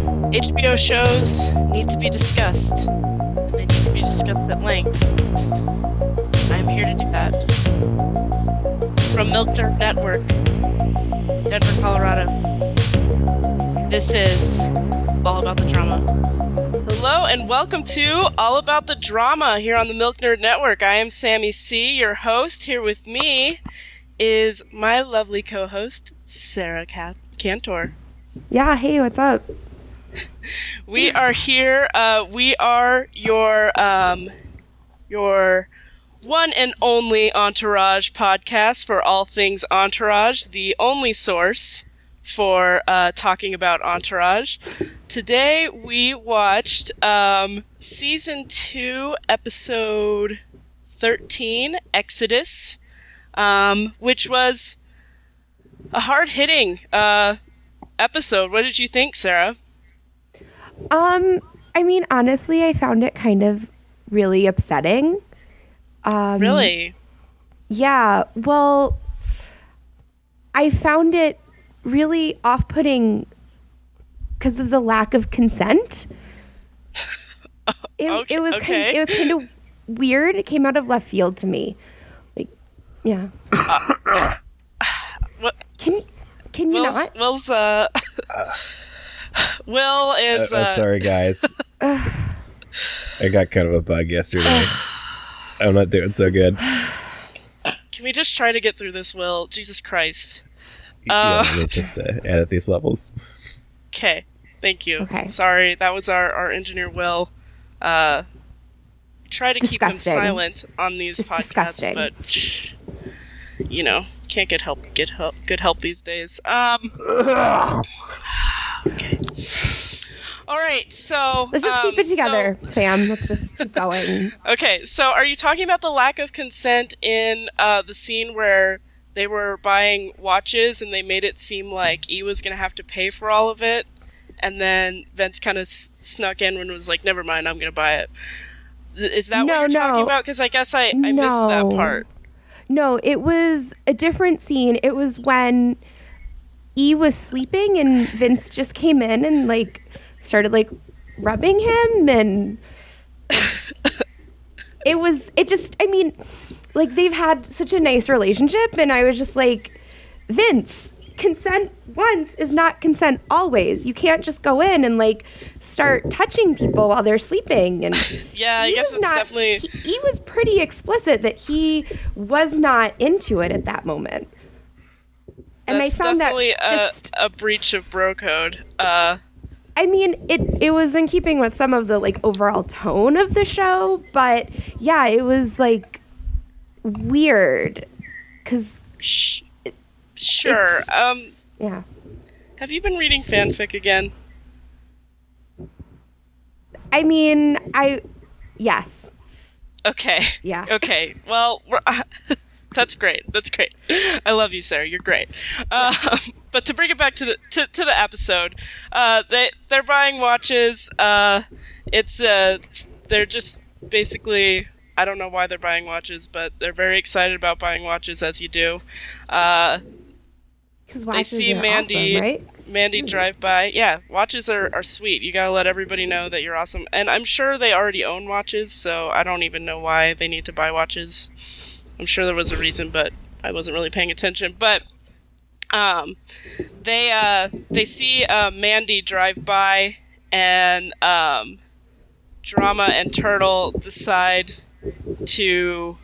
HBO shows need to be discussed. And they need to be discussed at length. I'm here to do that. From Milk Dirt Network, Denver, Colorado. This is All About the Drama. Hello and welcome to All About the Drama here on the Milk Nerd Network. I am Sammy C, your host. Here with me is my lovely co-host Sarah Cat- Cantor. Yeah, hey, what's up? We are here. Uh, we are your um, your one and only Entourage podcast for all things Entourage, the only source for uh, talking about Entourage. Today we watched um, season two, episode thirteen, Exodus, um, which was a hard hitting uh, episode. What did you think, Sarah? Um, I mean, honestly, I found it kind of really upsetting. Um, Really? Yeah, well, I found it really off putting because of the lack of consent. It, Okay- it was okay. kind, it was kind of weird. It came out of left field to me. Like, yeah. What- Can can you Will's, not? Will's uh, Will is I- uh, I'm sorry, guys. I got kind of a bug yesterday. I'm not doing so good. Uh, Can we just try to get through this, Will? Jesus Christ. yeah, we're just uh, at at these levels. Okay. Thank you. Okay. Sorry, that was our, our engineer Will. Uh, try to It's keep him disgusting. silent on these It's podcasts, disgusting. but you know, can't get help get help good help these days. Um Okay. All right, so Let's just keep um, it so- together, Sam. Let's just keep going. Okay, so are you talking about the lack of consent in uh, the scene where they were buying watches and they made it seem like E was going to have to pay for all of it? And then Vince kind of s- snuck in when it was like, never mind, I'm going to buy it. Is- Is that No, what you're talking no. about? Because I guess I, I missed that No. part. No, it was a different scene. It was when E was sleeping and Vince just came in and like started like rubbing him and it was it just I mean like they've had such a nice relationship and I was just like Vince consent once is not consent always. You can't just go in and like start touching people while they're sleeping and Yeah, I he guess was it's not- definitely. He, he was pretty explicit that he was not into it at that moment. And I That's found that definitely uh, a, just a breach of bro code. Uh, I mean, it it was in keeping with some of the like overall tone of the show, but yeah, it was like weird cuz sh- sure. it's- Um, yeah. have you been reading fanfic again? I mean, I yes. Okay. Yeah. Okay. Well, we're, that's great. That's great. I love you, Sarah. You're great. Um, but to bring it back to the to, to the episode, uh, they they're buying watches. Uh, it's uh, they're just basically. I don't know why they're buying watches, but they're very excited about buying watches, as you do. Uh, Cuz they see Mandy right? Mandy drive by. Yeah, watches are, are sweet. You gotta let everybody know that you're awesome. And I'm sure they already own watches, so I don't even know why they need to buy watches. I'm sure there was a reason, but I wasn't really paying attention. But um, they uh, they see uh, Mandy drive by, and um, Drama and Turtle decide to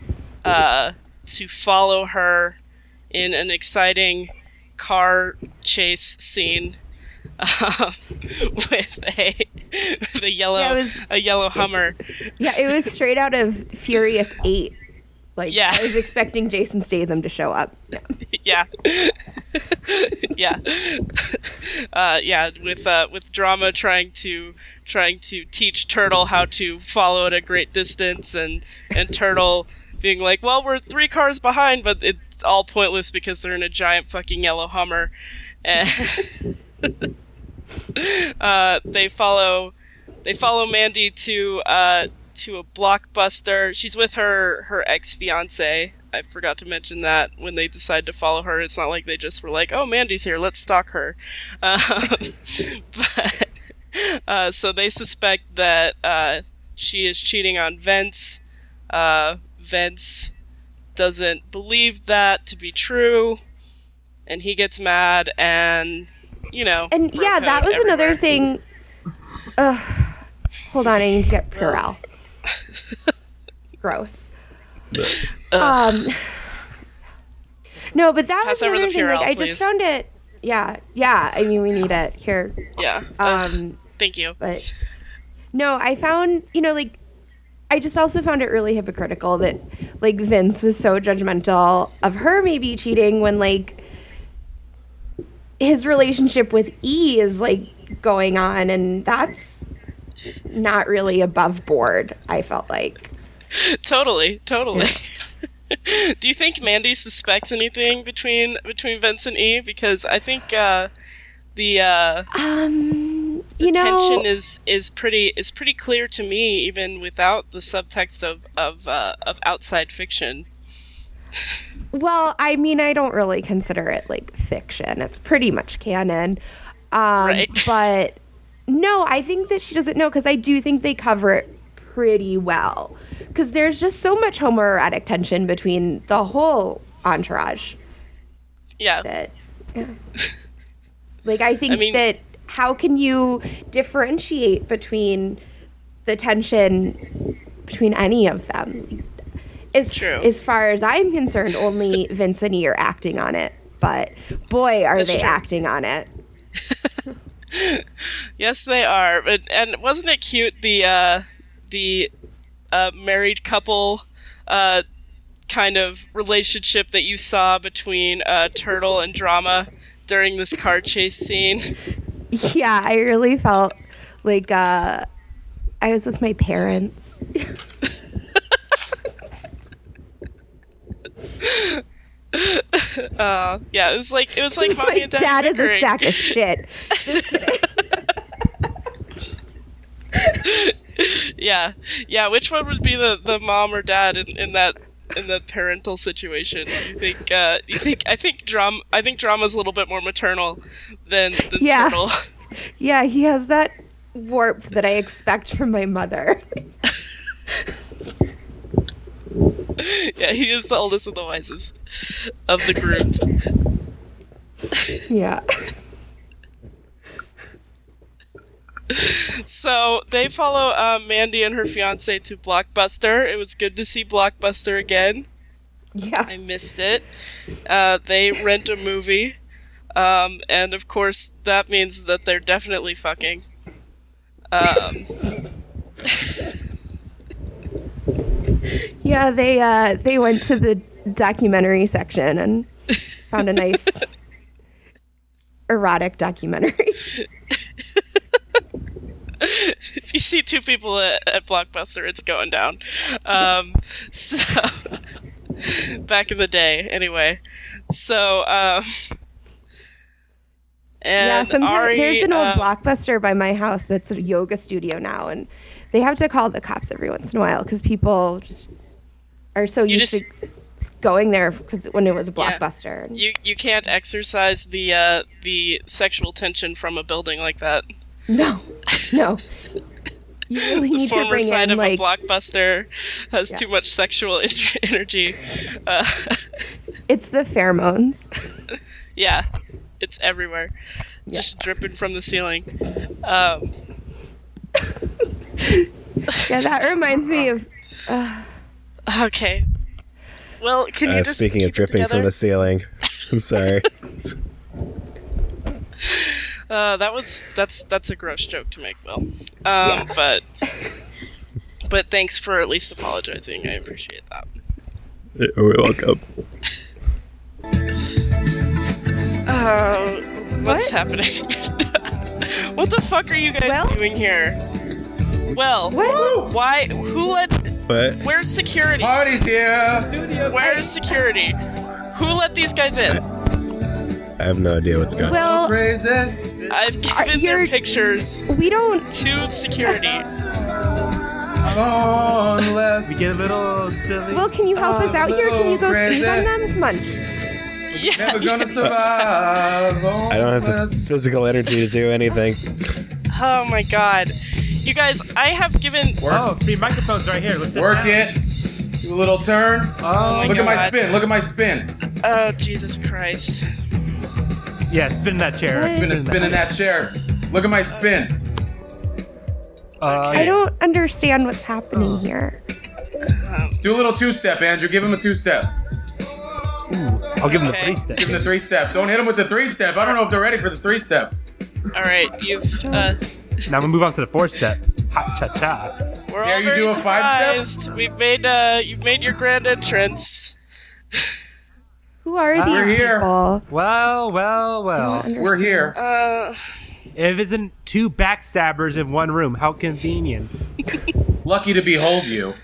uh, to follow her in an exciting car chase scene um, with a with a yellow Yeah, it was- a yellow Hummer. Yeah, it was straight out of Furious 8. Like Yeah. I was expecting Jason Statham to show up. Yeah. yeah yeah uh, yeah with uh, with drama trying to trying to teach turtle how to follow at a great distance and and turtle being like well we're three cars behind but it's all pointless because they're in a giant fucking yellow hummer and uh, they follow they follow mandy to uh, to a blockbuster she's with her her ex-fiance i forgot to mention that when they decide to follow her it's not like they just were like oh mandy's here let's stalk her um, but Uh, so they suspect that uh, she is cheating on Vince. Uh, Vince doesn't believe that to be true, and he gets mad and you know. And bro yeah, that code was another everywhere. thing. Ugh. Hold on, I need to get Purell. Gross. Um, no, but that Pass was over another the thing. Like, Purell, I please. just found it. Yeah, yeah. I mean, we need it here. Yeah. Ugh, Um, thank you. but no, I found you know like I just also found it really hypocritical that like Vince was so judgmental of her maybe cheating when like his relationship with E is like going on and that's not really above board. I felt like totally, totally. Do you think Mandy suspects anything between between Vince and E? Because I think uh, the uh, um you know tension is is pretty is pretty clear to me, even without the subtext of of uh, of outside fiction. well I mean I don't really consider it like fiction. It's pretty much canon. Um, Right. But no, I think that she doesn't know because I do think they cover it pretty well. Because there's just so much homoerotic tension between the whole entourage Yeah, that. yeah. like, I think I mean- that how can you differentiate between the tension between any of them? As, True. as far as I'm concerned, only Vince and E are acting on it. But boy, are That's they true. acting on it. yes, they are. But and wasn't it cute the uh, the uh, married couple uh, kind of relationship that you saw between uh, Turtle and Drama during this car chase scene? Yeah, I really felt like uh, I was with my parents. Yeah, it was like it was like mommy my and dad, dad is a bickering. sack of shit. Yeah, yeah. Which one would be the, the mom or dad in, in that in that parental situation? You think? Uh, you think? I think drum. I think drama's a little bit more maternal than than Yeah. turtle. Yeah, he has that warmth that I expect from my mother. yeah, he is the oldest and the wisest of the group. Yeah. So they follow uh, Mandy and her fiance to Blockbuster. It was good to see Blockbuster again. I Yeah. missed it. Uh, they rent a movie, um, and of course that means that they're definitely fucking. Yeah, they uh they went to the documentary section and found a nice erotic documentary. If you see two people at, at Blockbuster, it's going down. Um, so back in the day, anyway. So um, yeah, and sometimes Ari, there's an old uh, blockbuster by my house that's a yoga studio now, and they have to call the cops every once in a while because people just are so used just- to going there because when it was a blockbuster. You you can't exercise the uh, the sexual tension from a building like that. No, no. You really the need to former bring side in of like a blockbuster has Yeah. too much sexual en- energy. Uh, it's the pheromones. yeah, it's everywhere, just dripping from the ceiling. Um, Yeah, that reminds me of okay. Well, can you Uh, just speaking of keep it dripping from together? the ceiling, I'm sorry. Uh, that was that's that's a gross joke to make, Will. Um, But but thanks for at least apologizing. I appreciate that. You're welcome. Uh, what's What? happening? what the fuck are you guys Well? doing here? Well, What? why? Who let? But Where's security? Party's here. Where is security? Who let these guys in? I have no idea what's going on. well, Raise it. I've given their you're- pictures we don't. to security. Unless We get a little silly. Well, can you help Ah, us out here? Can you go sneeze on them? Come on. Yeah. never gonna survive. I don't have the unless- physical energy to do anything. Oh my god. You guys, I have given. Work, oh, free microphones right here. Let's work it. Do a little turn. Oh, Uh, Look at my God. spin. Look at my spin. Oh, Jesus Christ. yeah, spin that chair. What? I'm gonna spin in that chair. Look at my spin. Uh, I don't understand what's Ah. happening here. Do a little two step, Andrew. Give him a two step. I'll give him Okay. the police Give him stick. the three step. Don't hit him with the three step. I don't know if they're ready for the three step. All right, you've. Uh, Now we move on to the four step. Hot cha cha. we're Dare all you very do a five-step? surprised. We've made. Uh, you've made your grand entrance. Who are these We're here. people? Well, well, well. We're here. Uh, It isn't two backstabbers in one room. How convenient. Lucky to behold you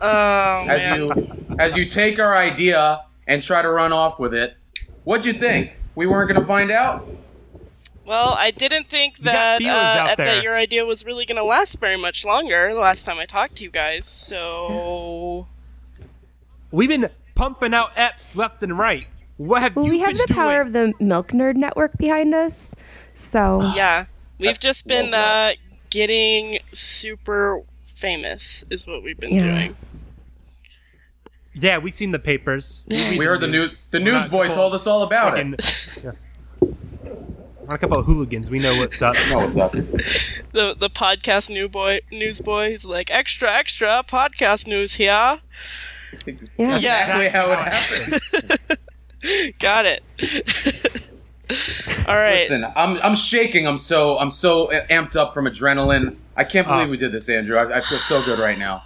oh man. as you as you take our idea and try to run off with it. What'd you think? We weren't gonna find out. Well, I didn't think got that feelers out uh, there. that your idea was really going to last very much longer. The last time I talked to you guys, so We've been pumping out eps left and right. What have Well, you we have been the power doing? of the Milk Nerd Network behind us, so yeah, we've just been well uh, getting super famous, is what we've been Yeah. doing. Yeah, we've seen the papers. We heard the news. The We're not newsboy cool. told us all about it. Fucking- yeah. We're a couple of hooligans. We know what's up. No, it's up. The the podcast new boy newsboy is like extra extra podcast news here. yeah. Exactly how it happened. Got it. All right. Listen, I'm I'm shaking. I'm so I'm so amped up from adrenaline. I can't Uh. believe we did this, Andrew. I, I feel so good right now.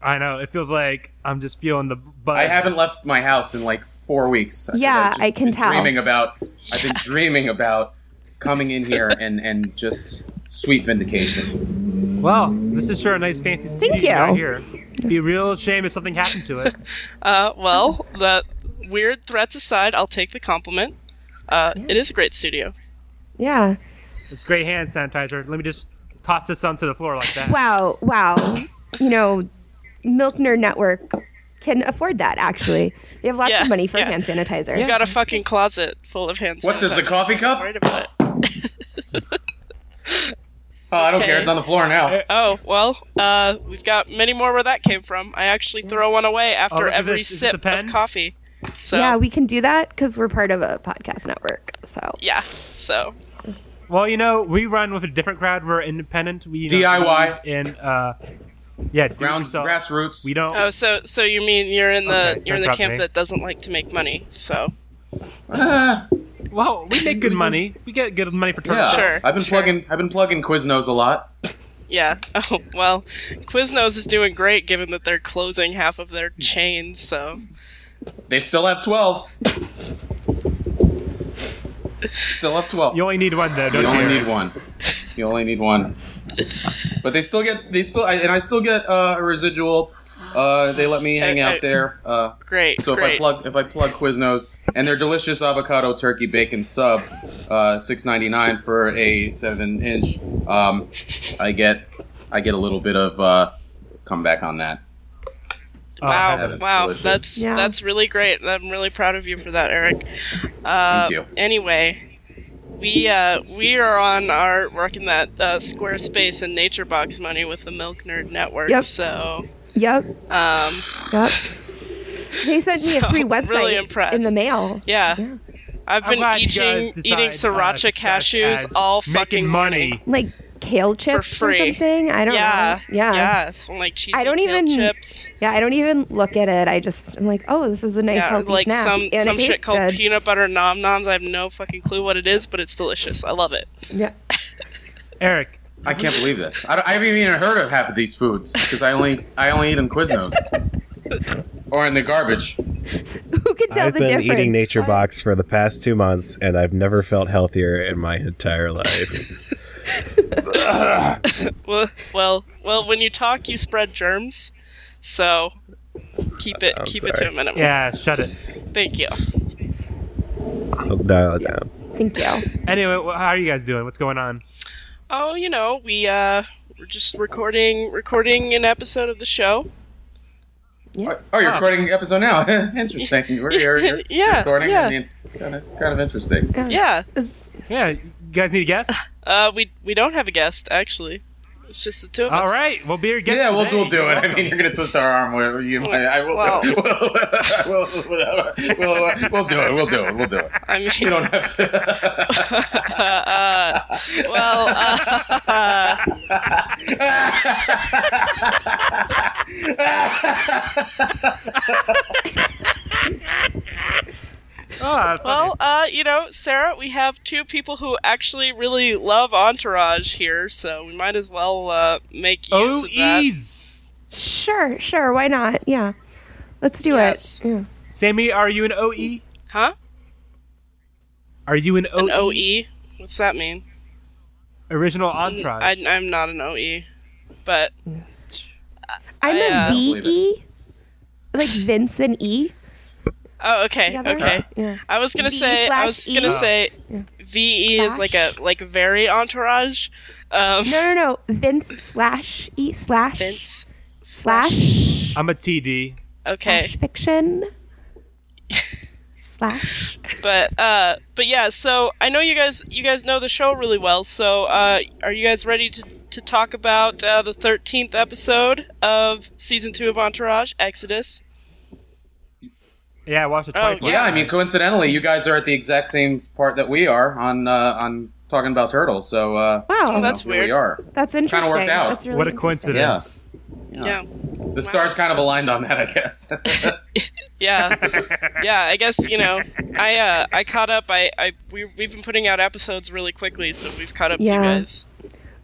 I know. It feels like I'm just feeling the buzz. I haven't left my house in like four weeks. Yeah, I've just I can been tell. Dreaming about, I've been dreaming about coming in here and and just sweet vindication. Well, this is sure a nice fancy studio you. right here. Be a real shame if something happened to it. Uh, well, the weird threats aside, I'll take the compliment. Uh, It is a great studio. yeah. It's great hand sanitizer. Let me just toss this onto the floor like that. Wow, wow. You know, Milk Nerd Network can afford that actually. They have lots Yeah, of money for yeah. hand sanitizer. Got a fucking closet full of hand sanitizer. What's this, a coffee so I'm cup? Worried about it. Oh, I don't care. Okay. It's on the floor now. Oh well, uh, we've got many more where that came from. I actually throw one away Oh, after look at every this. Is this sip the of pen? coffee. So Yeah, yeah, we can do that because we're part of a podcast network. So so Well, you know, we run with a different crowd. We're independent. We you know, DIY. we in uh, yeah, do it Ground yourself. grassroots. We don't. oh so so you mean you're in the Okay, you're in don't the drop camp me. that doesn't like to make money? So well, we make good money. We get good money for yeah, turtles. Sure, I've been sure. plugging. I've been plugging Quiznos a lot. yeah. Oh well, Quiznos is doing great given that they're closing half of their chains. So They still have twelve. Still have twelve. You only need one though, don't You you? only need one. You only need one. But they still get they still I, and I still get uh, a residual. Uh, they let me hang Uh, uh, out there. Uh, great, So if I great. plug if I plug Quiznos and their delicious avocado turkey bacon sub, uh, six ninety nine for a seven inch, um, I get I get a little bit of uh, comeback on that. Oh, wow, heaven, wow, delicious. that's Yeah. that's really great. I'm really proud of you for that, Eric. Uh, Thank you. anyway, we uh, we are on our working that uh, Squarespace and Nature Box money with the Milk Nerd Network. Yep. So Yep. um, Yep. They sent me So, a free really website impressed. in the mail. yeah, I've I'm been glad you eating guys decide, eating uh, sriracha success cashews as all making fucking money. Like kale chips or free. something. I don't Yeah, know. Yeah. yeah, some like cheesy I don't kale even- chips. Yeah, I don't even look at it. I just I'm like, oh, this is a nice Yeah, healthy like snack. some and it some shit tastes called good. peanut butter nom noms. I have no fucking clue what it is, but it's delicious. I love it. yeah. Eric, I can't believe this. I, don't- I haven't even heard of half of these foods because I only I only eat them Quiznos or in the garbage. Who can tell I've the been difference? eating Nature Box for the past two months, and I've never felt healthier in my entire life. Well, well, well. When you talk, you spread germs. So keep it keep it to sorry. a minimum. yeah, shut it. Thank you. I'll dial it down. Thank you. Anyway, wh- how are you guys doing? What's going on? Oh, you know, we uh we're just recording recording an episode of the show. Oh, you're recording episode now. interesting. We're, you're, you're Yeah, recording. yeah. I mean, kind of, kind of interesting. Yeah. It's- Yeah, you guys need a guess? Uh, we we don't have a guest actually. It's just the two of All us. right, we'll be your guest. Yeah, we'll, today. we'll do You're it. I welcome. mean, you're gonna twist our arm. Where you, might, I will. Wow. We'll, we'll, we'll, we'll do it. We'll do it. We'll do it. I mean, You don't have to. well, uh, Ah, fuck well, uh, you know, Sarah, we have two people who actually really love Entourage here, so we might as well uh, make use Oh, of that. ease. Sure, sure. Why not? Yeah. Let's do Yes. it. Yeah. Sammy, are you an OE? Huh? Are you an OE? An OE? What's that mean? Original entourage. E. I, I'm not an OE, but I'm a I, uh, VE, like Vince and E. oh, okay, together. okay. Yeah. I was gonna V say, I slash was E. gonna say, VE is like a Slash. like very Entourage. Um, No, no, no. Vince slash E slash Vince slash I'm a TD. Okay, fiction slash. but uh, but yeah. So I know you guys you guys know the show really well. So uh, are you guys ready to to talk about uh, the thirteenth episode of season two of Entourage Exodus? Yeah, I watched it twice. Oh, last yeah, I mean, coincidentally, you guys are at the exact same part that we are on uh, on talking about turtles. So uh, Wow. you know, that's here weird. We are. That's interesting. out. That's really What a interesting. coincidence. Yeah, The stars kind of aligned on that, I guess. yeah, yeah. I guess you know I uh, I caught up. I, I we we've been putting out episodes really quickly, so we've caught up to you Yeah. guys.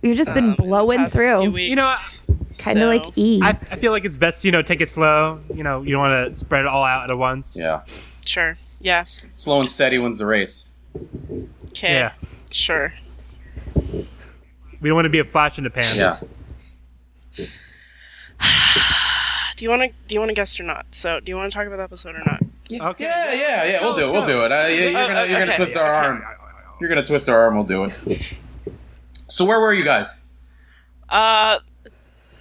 We've just been um, in the blowing past few through, weeks. You know, kind of like So- E. I, I feel like it's best, you know, take it slow. You know, you don't want to spread it all out at once. yeah, Sure. Yeah. slow and steady wins the race. Okay. Yeah. Sure. We don't want to be a flash in the pan. Yeah, Do you want to do you want to guess or not? So, do you want to talk about the episode or not? Okay. yeah, yeah, yeah. We'll do it. We'll do it. Uh, you- you're gonna you're gonna Oh, okay. twist our arm. You're gonna twist our arm. We'll do it. So where were you guys? Uh,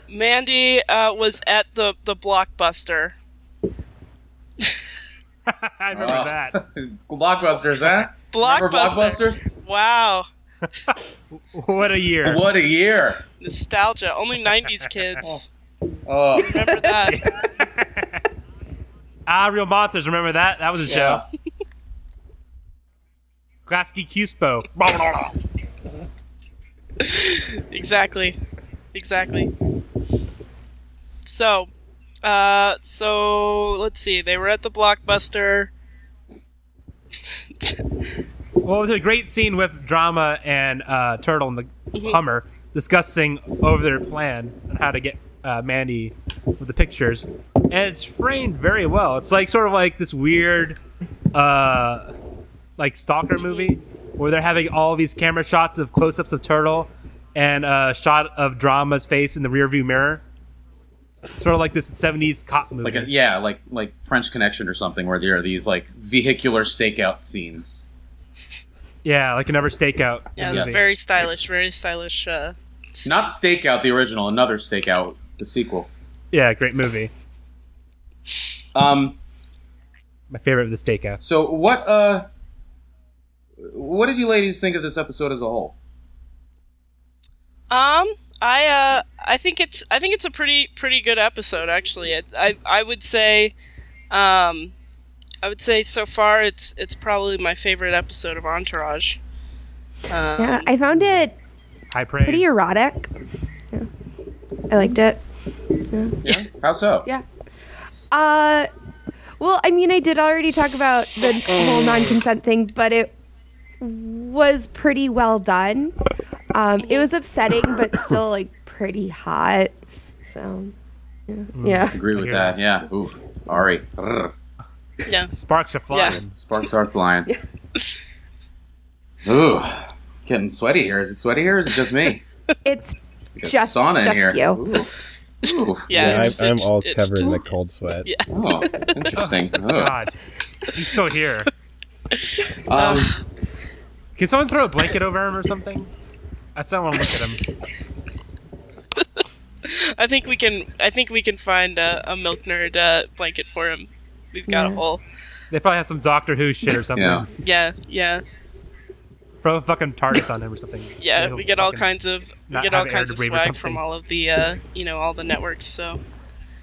Mandy uh, was at the the blockbuster. I remember Oh. that. Blockbusters, huh? Remember Blockbuster. blockbusters? Wow. What a year. What a year! Nostalgia. Only '90s kids Oh, remember that. Ah, Real Monsters. Remember that? That was a show. Glasky Cuspo. exactly. Exactly. So, uh, so let's see. They were at the blockbuster. Well, it was a great scene with Drama and uh, Turtle and Mm-hmm. the Hummer discussing over their plan on how to get uh, Mandy with the pictures, and it's framed very well. It's like sort of like this weird, uh, like Mm-hmm. stalker movie where they're having all these camera shots of close-ups of Turtle and a shot of Drama's face in the rearview mirror. Sort of like this '70s cop movie. like a, yeah, like like French Connection or something, where there are these like vehicular stakeout scenes. yeah, like another stakeout. Yeah, it's Yes. very stylish. Very stylish. Uh, Not stakeout, the original. Another stakeout, the sequel. yeah, great movie. Um, My favorite of the stakeouts. so what uh, what did you ladies think of this episode as a whole? Um, I uh, I think it's I think it's a pretty pretty good episode actually. It, I I would say, um, I would say so far it's it's probably my favorite episode of Entourage. Um, yeah, I found it High praise. pretty erotic. Yeah. I liked it. Yeah. How so? Yeah. Uh, well, I mean, I did already talk about the whole non-consent thing, but it was pretty well done. Um, it was upsetting, but still like pretty hot. So, yeah. Hmm. yeah. Agree with hear that. Yeah. Ooh, Ari. Brr. Yeah, Sparks are flying. Sparks are flying. Ooh, getting sweaty here. Is it sweaty here? Or is it just me? It's Got just sauna in just here. you. Ooh. Ooh. yeah. Yeah, it's- I'm, I'm it's- all it's covered in the just- cold sweat. Yeah. Oh, interesting. Oh. God, he's still here. Um, Can someone throw a blanket over him or something? I still want to look at him. I think we can I think we can find uh, a milk nerd uh, blanket for him. We've got a Yeah. whole They probably have some Doctor Who shit or something. yeah. yeah yeah. throw a fucking TARDIS on him or something. Yeah, It'll we get all fucking- kinds of we not get all have air kinds of debris or swag from something. all of the uh, you know all the networks. So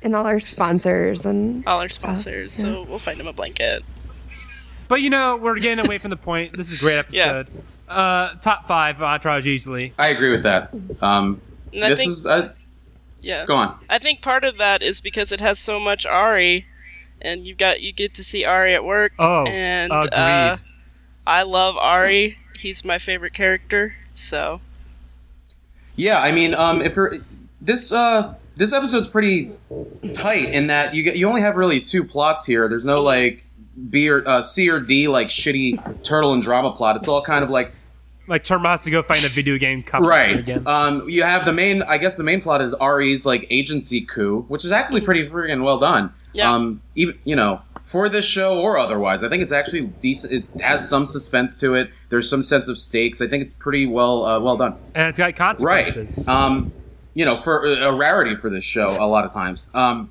and all our sponsors and all our sponsors. So we'll find them a blanket. But you know, we're getting away from the point. This is a great Yeah. episode. Uh, top five Entourage easily. I agree with that. Um, And I this think- is uh, Yeah, go on. I think part of that is because it has so much Ari, and you got you get to see Ari at work. Oh, and agreed. uh, I love Ari. He's my favorite character. So Yeah, I mean, um, if you're this uh, this episode's pretty tight in that you get, you only have really two plots here. There's no like B or uh, C or D like shitty turtle and drama plot. It's all kind of like like Turma has to go find a video game competition again. right. Um, you have the main. I guess the main plot is Ari's like agency coup, which is actually pretty freaking well done. Yeah. Um, even you know for this show or otherwise, I think it's actually decent. It has some suspense to it. There's some sense of stakes. I think it's pretty well uh, well done. and it's got consequences. right um you know for a rarity for this show a lot of times um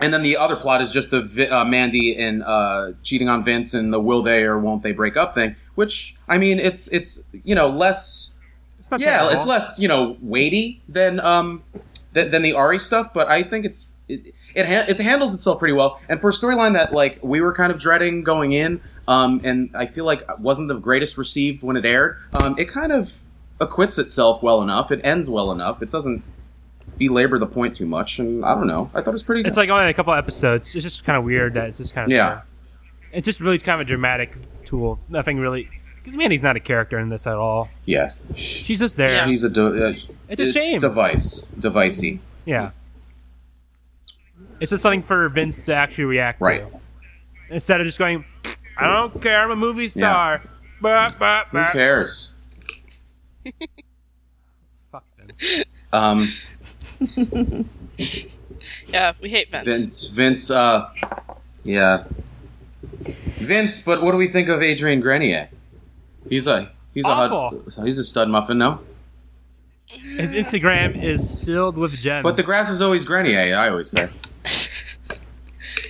and then the other plot is just the Vi- uh, mandy and uh cheating on vince and the will they or won't they break up thing which i mean it's it's you know less It's not yeah terrible. it's less you know weighty than um than, than the ari stuff but i think it's it it, ha- it handles itself pretty well and for a storyline that like we were kind of dreading going in um and i feel like wasn't the greatest received when it aired um it kind of acquits itself well enough it ends well enough it doesn't belabor the point too much and i don't know i thought it was pretty It's like only a couple episodes. It's just kind of weird that it's just kind of Yeah. It's just really kind of a dramatic tool. Nothing really. Because Mandy's not a character in this at all. yeah Sh- She's just there. Yeah. she's a de- uh, it's shame. device devicey It's just something for Vince to actually react Right. to. Instead of just going, I don't care. I'm a movie star. Bah, bah, who bah. cares Fuck Vince. um yeah, we hate Vince. Vince, Vince, uh, yeah, Vince. But what do we think of Adrian Grenier? He's a he's a Awful. hot, he's a stud muffin, no? His Instagram is filled with gems. But the grass is always Grenier. I always say.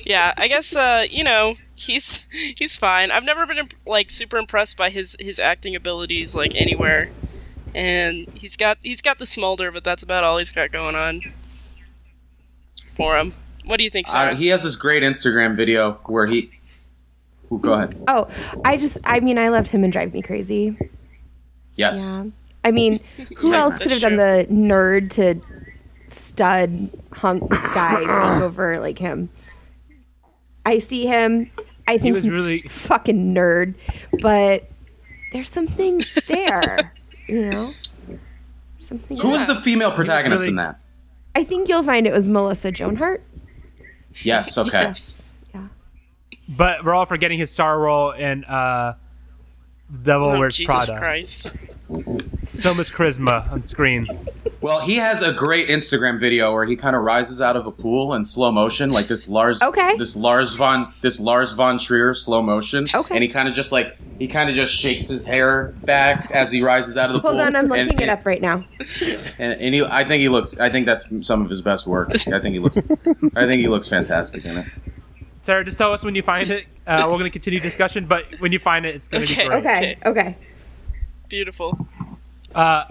Yeah, I guess uh, you know he's he's fine. I've never been imp- like super impressed by his his acting abilities like anywhere, and he's got he's got the smolder, but that's about all he's got going on for him. What do you think, I, Sarah? Uh, he has this great Instagram video where he. Ooh, go ahead. oh i just i mean i loved him and drive me crazy Yes. yeah Um, i mean who Yeah, else could that's have done the nerd to stud hunk guy over like him i see him i He think was he's really. fucking nerd but there's something there you know something Who was the female protagonist really- in that? i think you'll find it was melissa joan hart Yes. Okay. Yes. yeah But we're all forgetting his star role in uh, Devil Oh, Wears Jesus Prada. Christ! So much charisma on screen. Well, he has a great Instagram video where he kind of rises out of a pool in slow motion, like this Lars. Okay. This Lars von this Lars von Trier slow motion. Okay. And he kind of just like he kind of just shakes his hair back as he rises out of the hold pool. on i'm looking and, it up right now And, and he, I think he looks. I think that's some of his best work. I think he looks. I think he looks fantastic in it. Sarah, just tell us when you find it. Uh, we're going to continue discussion, but when you find it, it's going to Okay. be okay great. okay Beautiful. Uh,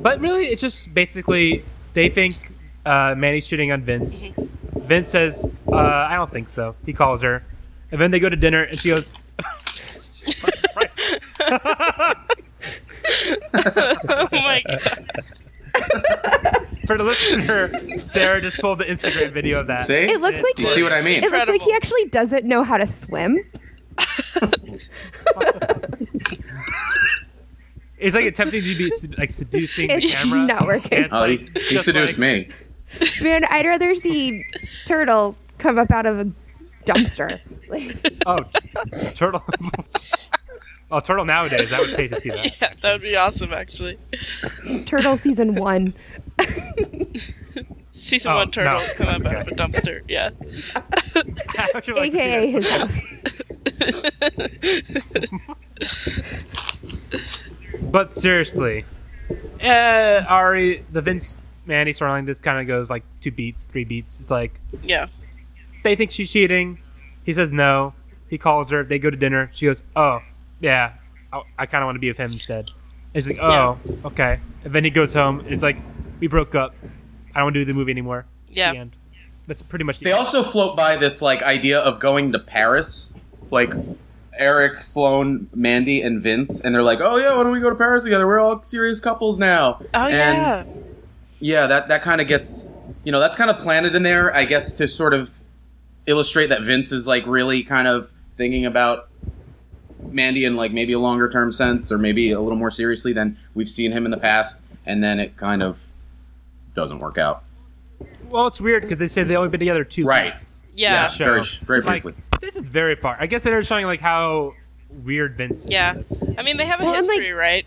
but really, it's just basically they think uh, Manny's shooting on Vince. Mm-hmm. Vince says, uh, "I don't think so." He calls her, and then they go to dinner, and she goes, Oh my god! "For the listener, Sarah just pulled the Instagram video of that." See, it looks like you see what I mean. It looks like Incredible. he actually doesn't know how to swim. It's like attempting to be sed- like seducing the It's camera. not working. And it's Oh, he, like, he just seduced me. like- Man, I'd rather see turtle come up out of a dumpster. Like, Oh, t- turtle. oh, turtle nowadays. I would pay to see that. Yeah, that would be awesome, actually. turtle season one. Season Oh, one no, turtle come that's up out of okay. a dumpster. Yeah. I would like to see AKA that. his house. But seriously, uh, Ari, the Vince Manny storyline just kind of goes like two beats, three beats. It's like Yeah. they think she's cheating. He says no. He calls her. They go to dinner. She goes, "Oh, yeah, I, I kind of want to be with him instead. And he's like, oh, okay. And then he goes home. And it's like, we broke up. I don't want to do the movie anymore. Yeah. The end. That's pretty much the They end. also float by this like idea of going to Paris, like Eric, Sloan, Mandy, and Vince, and they're like, "Oh yeah, why don't we go to Paris together? We're all serious couples now." Oh and, yeah. yeah. That that kind of gets you know that's kind of planted in there, I guess, to sort of illustrate that Vince is like really kind of thinking about Mandy in like maybe a longer term sense, or maybe a little more seriously than we've seen him in the past, and then it kind of doesn't work out. Well, it's weird because they say they only been together two Right. weeks. Yeah. Show. Very very Like, briefly. this is very far. I guess they're showing like how weird Vince Yeah. is. I mean, they have a Well, and, like- history, right?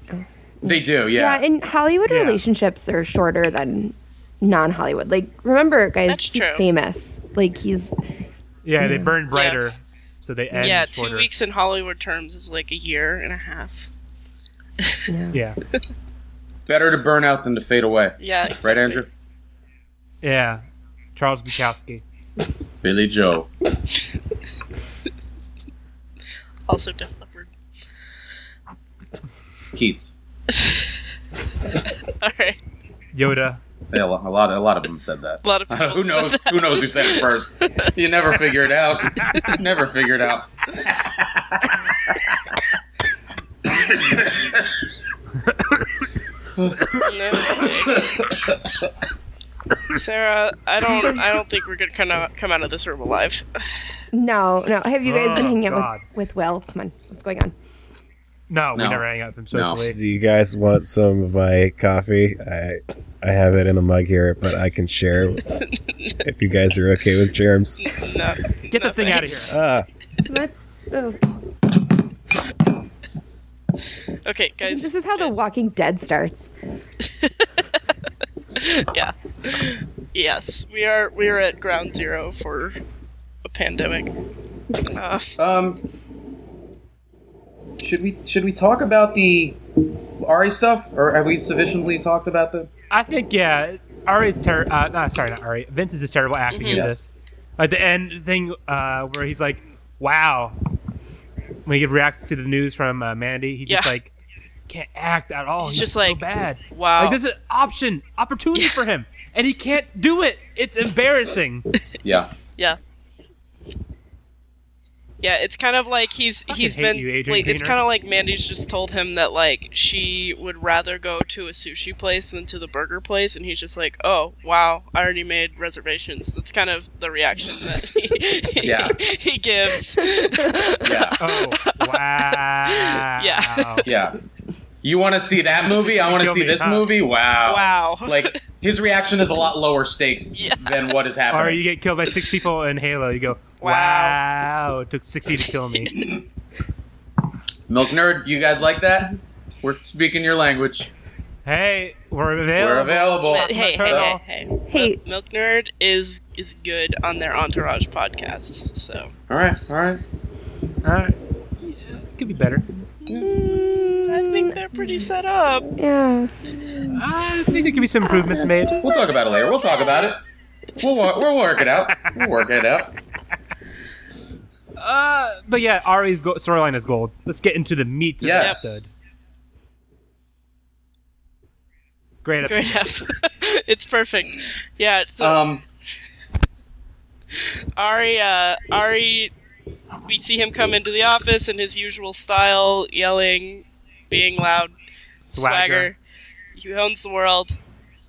They do, Yeah, in Hollywood Yeah. relationships are shorter than non-Hollywood. Like, remember, guys, That's he's true. famous. Like, he's Yeah, they burn brighter, so they end yeah, shorter. two weeks in Hollywood terms is like a year and a half. Yeah, Better to burn out than to fade away. Yeah, Right, exactly. Andrew? yeah. Charles Bukowski. Billy Joe. Also, Def Leppard. Keats. All right, Yoda. Yeah, a lo- a lot, a lot of them said that. A lot of people Uh, who said knows? that. Who knows who said it first? You never figure it out. never figure it out. No. Sarah, I don't, I don't think we're gonna kind of come out of this room alive. no, no. Have you guys been Oh, hanging out God. with, with Will? Come on, what's going on? No, we No. never hang out with him No. socially. Do you guys want some of my coffee? I I have it in a mug here, but I can share if you guys are okay with germs. No, Get the thing out of here. Ah, So that- oh, okay, guys. this is how The guys. Walking Dead starts. Yeah. Yes, we are. We are at ground zero for a pandemic. Uh, Um, should we should we talk about the Ari stuff, or have we sufficiently talked about the? I think yeah, Ari's terrible. Uh, no, sorry, not Ari. Vince is just terrible acting Mhm. in Yes. this. Like the end thing uh, where he's like, "Wow," when he reacts to the news from uh, Mandy, he just Yeah. like can't act at all. He's, He's just so like, bad. wow. Like this is an option, opportunity for him, and he can't do it. It's embarrassing. Yeah. yeah. Yeah, it's kind of like he's Fucking he's hate been you, Adrian like, it's Greener. kind of like Mandy's just told him that like she would rather go to a sushi place than to the burger place and he's just like, "Oh, wow, I already made reservations." That's kind of the reaction that he, Yeah. he gives. Yeah. Oh wow! Yeah. Yeah. You want to see that movie? I want to Kill see me, this huh? movie. Wow. Wow. Like his reaction is a lot lower stakes Yeah. than what is happening. Or you get killed by six people in Halo. You go, Wow. "Wow, it took sixty to kill me." Milk nerd, you guys like that? We're speaking your language. Hey, we're available. We're available. But hey, hey, hey, So- hey. Hey, Milk Nerd is is good on their Entourage podcasts, so All right, all right. All right. Yeah, could be better. I think they're pretty set up. yeah. I think there could be some improvements made. We'll talk about it later. We'll talk about it. We'll wor- we'll work it out. We'll work it out. Uh, but yeah, Ari's go- storyline is gold. Let's get into the meat of Yes. the episode. Great episode. Great F. it's perfect. Yeah, so Um, Ari uh, Ari we see him come into the office in his usual style, yelling, being loud, swagger. Swagger. He owns the world.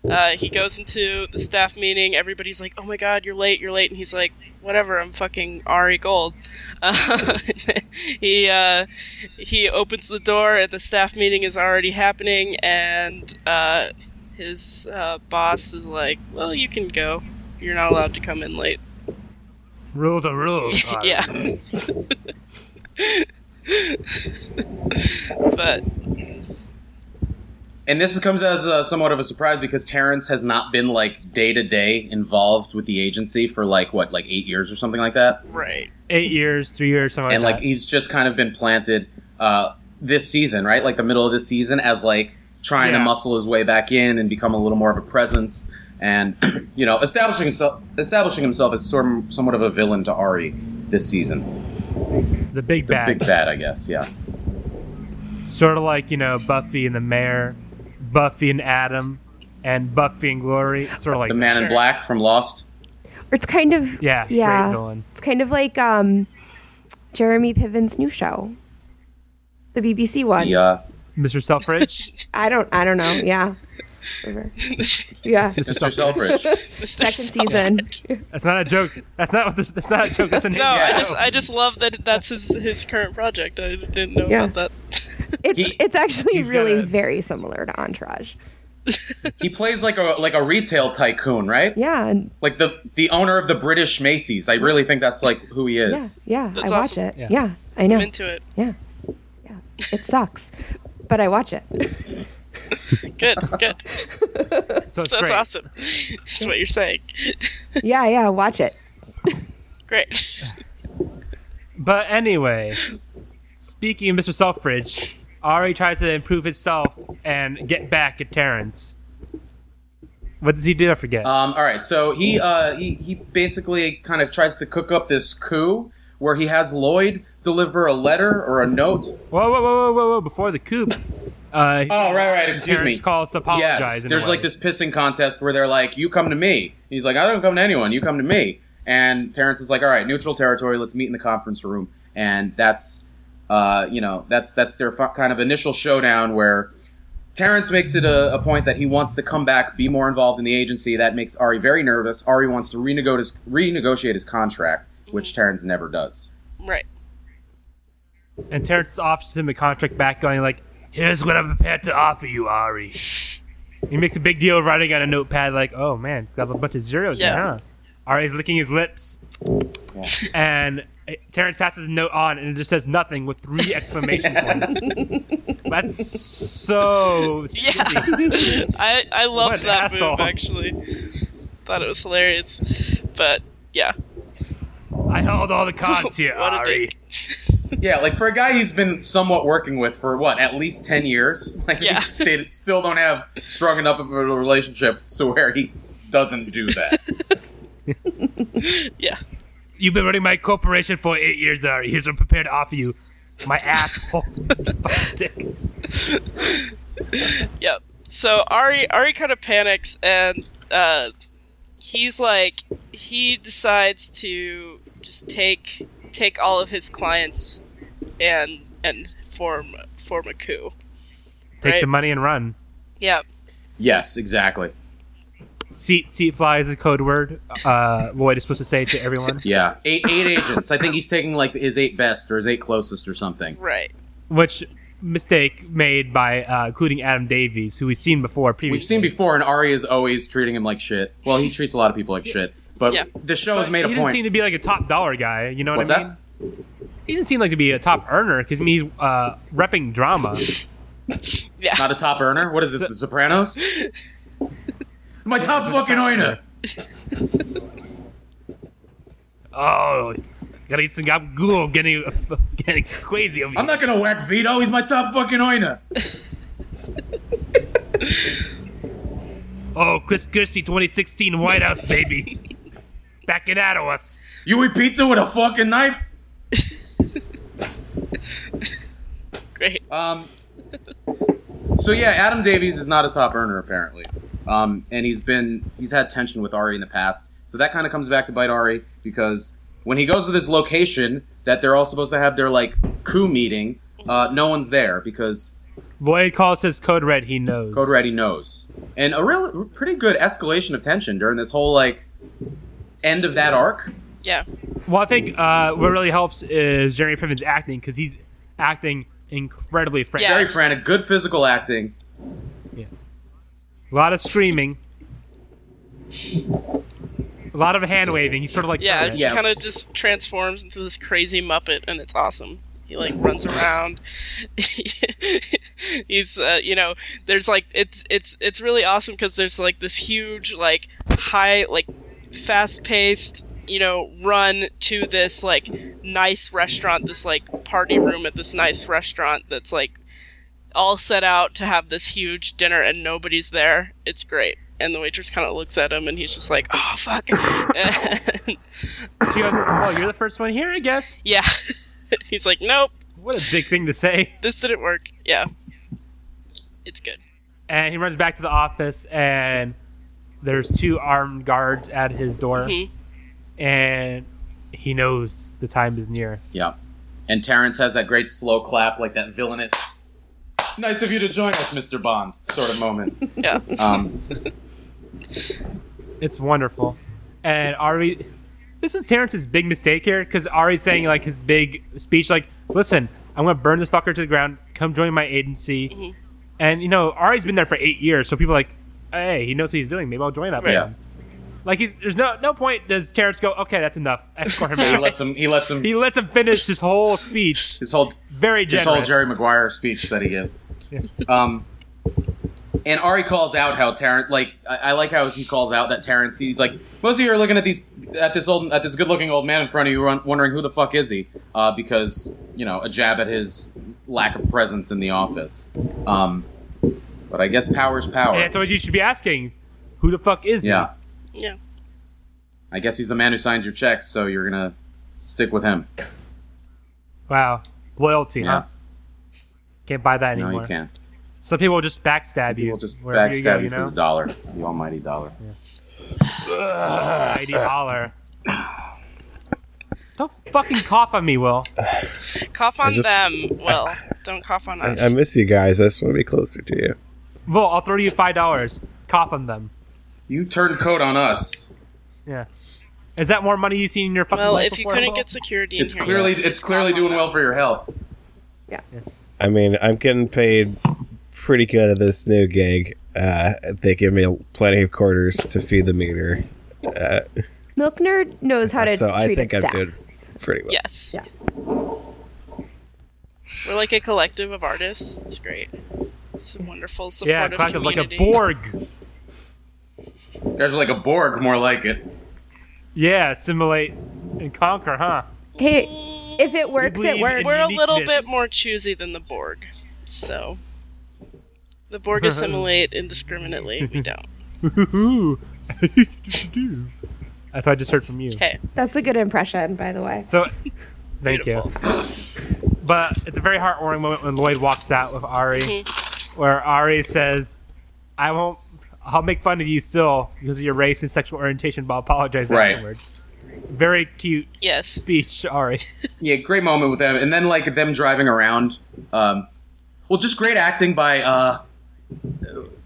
Uh, he goes into the staff meeting. Everybody's like, "Oh my god, you're late! You're late!" And he's like, "Whatever, I'm fucking Ari Gold." Uh, he uh, he opens the door, and the staff meeting is already happening. And uh, his uh, boss is like, "Well, you can go. You're not allowed to come in late." Rule the rules. Ari. yeah. but and this comes as uh somewhat of a surprise because Terrence has not been like day to day involved with the agency for like what, like eight years or something like that. right, Eight years, three years, something and like like that. he's just kind of been planted uh, this season, right? Like the middle of this season as like trying to Yeah. muscle his way back in and become a little more of a presence, and you know establishing himself establishing himself as sort somewhat of a villain to Ari this season. the big bad. Big bad, I guess. Yeah. sort of like you know Buffy and the Mayor, Buffy and Adam, and Buffy and Glory. It's sort of like The Man Sure. in Black from Lost. Or it's kind of Yeah, great yeah. villain. It's kind of like um, Jeremy Piven's new show, the BBC one. The, uh, Mr. Selfridge. I don't. I don't know. Yeah. Whatever. yeah. Mr. Selfridge. Mr. Second season. that's not a joke. That's not what. This, that's not a joke. That's a name. No, I Yeah. just I just love that that's his his current project. I didn't know Yeah. about that. It's He- it's actually he's really gonna- very similar to Entourage. he plays like a like a retail tycoon, right? Yeah. And Like the the owner of the British Macy's. I really think that's like who he yeah. is. Yeah. That's I watch awesome. it. Yeah. Yeah. I know. I'm into it. Yeah. Yeah. It sucks, but I watch it. Good, good. So it's So that's great. awesome. That's what you're saying. Yeah. Yeah. Watch it. Great. But anyway, speaking of Mr. Selfridge, Ari tries to improve himself and get back at Terrence. What does he do? I forget. Um, all right, so he, uh, he he basically kind of tries to cook up this coup where he has Lloyd deliver a letter or a note. whoa, whoa, whoa, whoa, whoa, whoa! Before the coup. Uh, Oh, right, right. Excuse me. Terrence calls to apologize. Yes, in a there's way. like this pissing contest where they're like, "You come to me." He's like, "I don't come to anyone. You come to me." And Terrence is like, "All right, neutral territory. Let's meet in the conference room." And that's, uh, you know, that's that's their fu- kind of initial showdown where Terrence makes it a, a point that he wants to come back, be more involved in the agency. That makes Ari very nervous. Ari wants to renego- his, renegotiate his contract, which Terrence never does. Right. And Terrence offers him a contract back, going like, "Here's what I'm prepared to offer you, Ari." He makes a big deal of writing on a notepad, like, "Oh man, it's got a bunch of zeros in it, Yeah. huh?" Ari's licking his lips, and uh, Terrence passes a note on, and it just says nothing with three exclamation points. That's so Yeah. I I What loved an that asshole. move actually. Thought it was hilarious. But yeah. I held all the cards here, What a Ari. dick. Yeah, like for a guy he's been somewhat working with for what, at least ten years. Like Yeah. he stated, still don't have strong enough of a relationship to where he doesn't do that. Yeah. You've been running my corporation for eight years, Ari. Here's what I'm prepared to offer you, my asshole. Fucking dick. Yep. So Ari Ari kind of panics and uh, he's like he decides to just take take all of his clients and and form form a coup. Take Right. the money and run. Yep. yes, exactly. Seat seat fly is a code word. Uh, Lloyd is supposed to say it to everyone. Yeah, eight eight agents. I think he's taking like his eight best or his eight closest or something. Right. Which mistake made by uh, including Adam Davies, who we've seen before. Previously, We've seen before, and Ari is always treating him like shit. Well, he treats a lot of people like shit, but Yeah. the show has But made he a didn't point. seem to be like a top dollar guy. You know What's what I mean? that? He didn't seem like to be a top earner because I mean, he's uh, repping drama. Yeah. Not a top earner. What is this? The Sopranos. My top fucking earner. oh, gotta eat some gabagool. Getting getting crazy over I'm here. not gonna whack Vito. He's my top fucking earner. oh, Chris Christie, 2016 White House baby, back it out of us. You eat pizza with a fucking knife. Great. Um. So yeah, Adam Davies is not a top earner apparently, um, and he's been he's had tension with Ari in the past. So that kind of comes back to bite Ari because when he goes to this location that they're all supposed to have their like coup meeting, uh, no one's there because Lloyd calls his code red. He knows Code Red he knows, and a real pretty good escalation of tension during this whole like end of that arc. Yeah. Well, I think uh, what really helps is Jeremy Piven's acting because he's acting incredibly frantic. Yeah. Very frantic, good physical acting. A lot of screaming, a lot of hand waving. He's sort of like Yeah. Kermit. He Yeah. kind of just transforms into this crazy Muppet, and it's awesome. He like runs around. He's, uh, you know, there's like it's it's it's really awesome because there's like this huge like high like fast paced you know run to this like nice restaurant this like party room at this nice restaurant that's like all set out to have this huge dinner and nobody's there it's great and the waitress kind of looks at him and he's just like oh fuck She goes, "Oh, you're the first one here, I guess." Yeah. He's like, nope, What a big thing to say. This didn't work. Yeah. It's good. and he runs back to the office and there's two armed guards at his door Mhm. and he knows the time is near Yeah. And Terrence has that great slow clap, like that villainous, nice of you to join us, Mr. Bond, sort of moment. Yeah. Um, it's wonderful and ari this is terrence's big mistake here because ari's saying like his big speech like listen i'm gonna burn this fucker to the ground come join my agency and you know ari's been there for eight years so people are like hey he knows what he's doing maybe i'll join up with yeah. him. like he's there's no no point does terrence go okay that's enough escort him He out lets him. He lets him. he lets him finish his whole speech His whole very his generous. whole Jerry Maguire speech that he gives. Um, and Ari calls out how Terrence, like I, I like how he calls out that Terrence. He's like, most of you are looking at these at this old at this good looking old man in front of you, won- wondering who the fuck is he? Uh, because you know a jab at his lack of presence in the office. Um, but I guess power's power. And that's what you should be asking. Who the fuck is yeah, Yeah. I guess he's the man who signs your checks, so you're gonna stick with him. he? Wow. Loyalty, Yeah, huh? Can't buy that anymore. no, you can't. Some people will just backstab you. We'll just wherever backstab you, go, for the dollar, the almighty dollar. Mighty holler. Don't fucking cough on me, Will. Cough on just- them. Well, don't cough on us. I miss you guys. I just want to be closer to you. Will, I'll throw you five dollars. Cough on them. You turned coat on us. Yeah. Is that more money you've seen in your fucking well, life if you before, couldn't Will? get security, in It's here, clearly yeah. it's clearly Cough on doing them. well for your health. I mean, I'm getting paid pretty good at this new gig. Uh, they give me plenty of quarters to feed the meter, Milk Nerd knows how to so treat I think its I'm staff. doing pretty well. Yes. Yeah. We're like a collective of artists. It's great. It's a wonderful Yeah, supportive kind of like a community. Borg. You guys are like a Borg, more like it. Yeah, assimilate and conquer, huh? Hey, if it works, believe it in- works. We're a little bit uniqueness. more choosy than the Borg, so the Borg assimilate indiscriminately. We don't. Woohoo! That's what I just heard from you. Hey, That's a good impression, by the way. So, thank beautiful. you. But it's a very heartwarming moment when Lloyd walks out with Ari, where Ari says, "I won't. I'll make fun of you still because of your race and sexual orientation, but I'll apologize Right. afterwards." Very cute Yes. speech, Ari. Yeah, great moment with them, and then like them driving around. Um, well, just great acting by uh,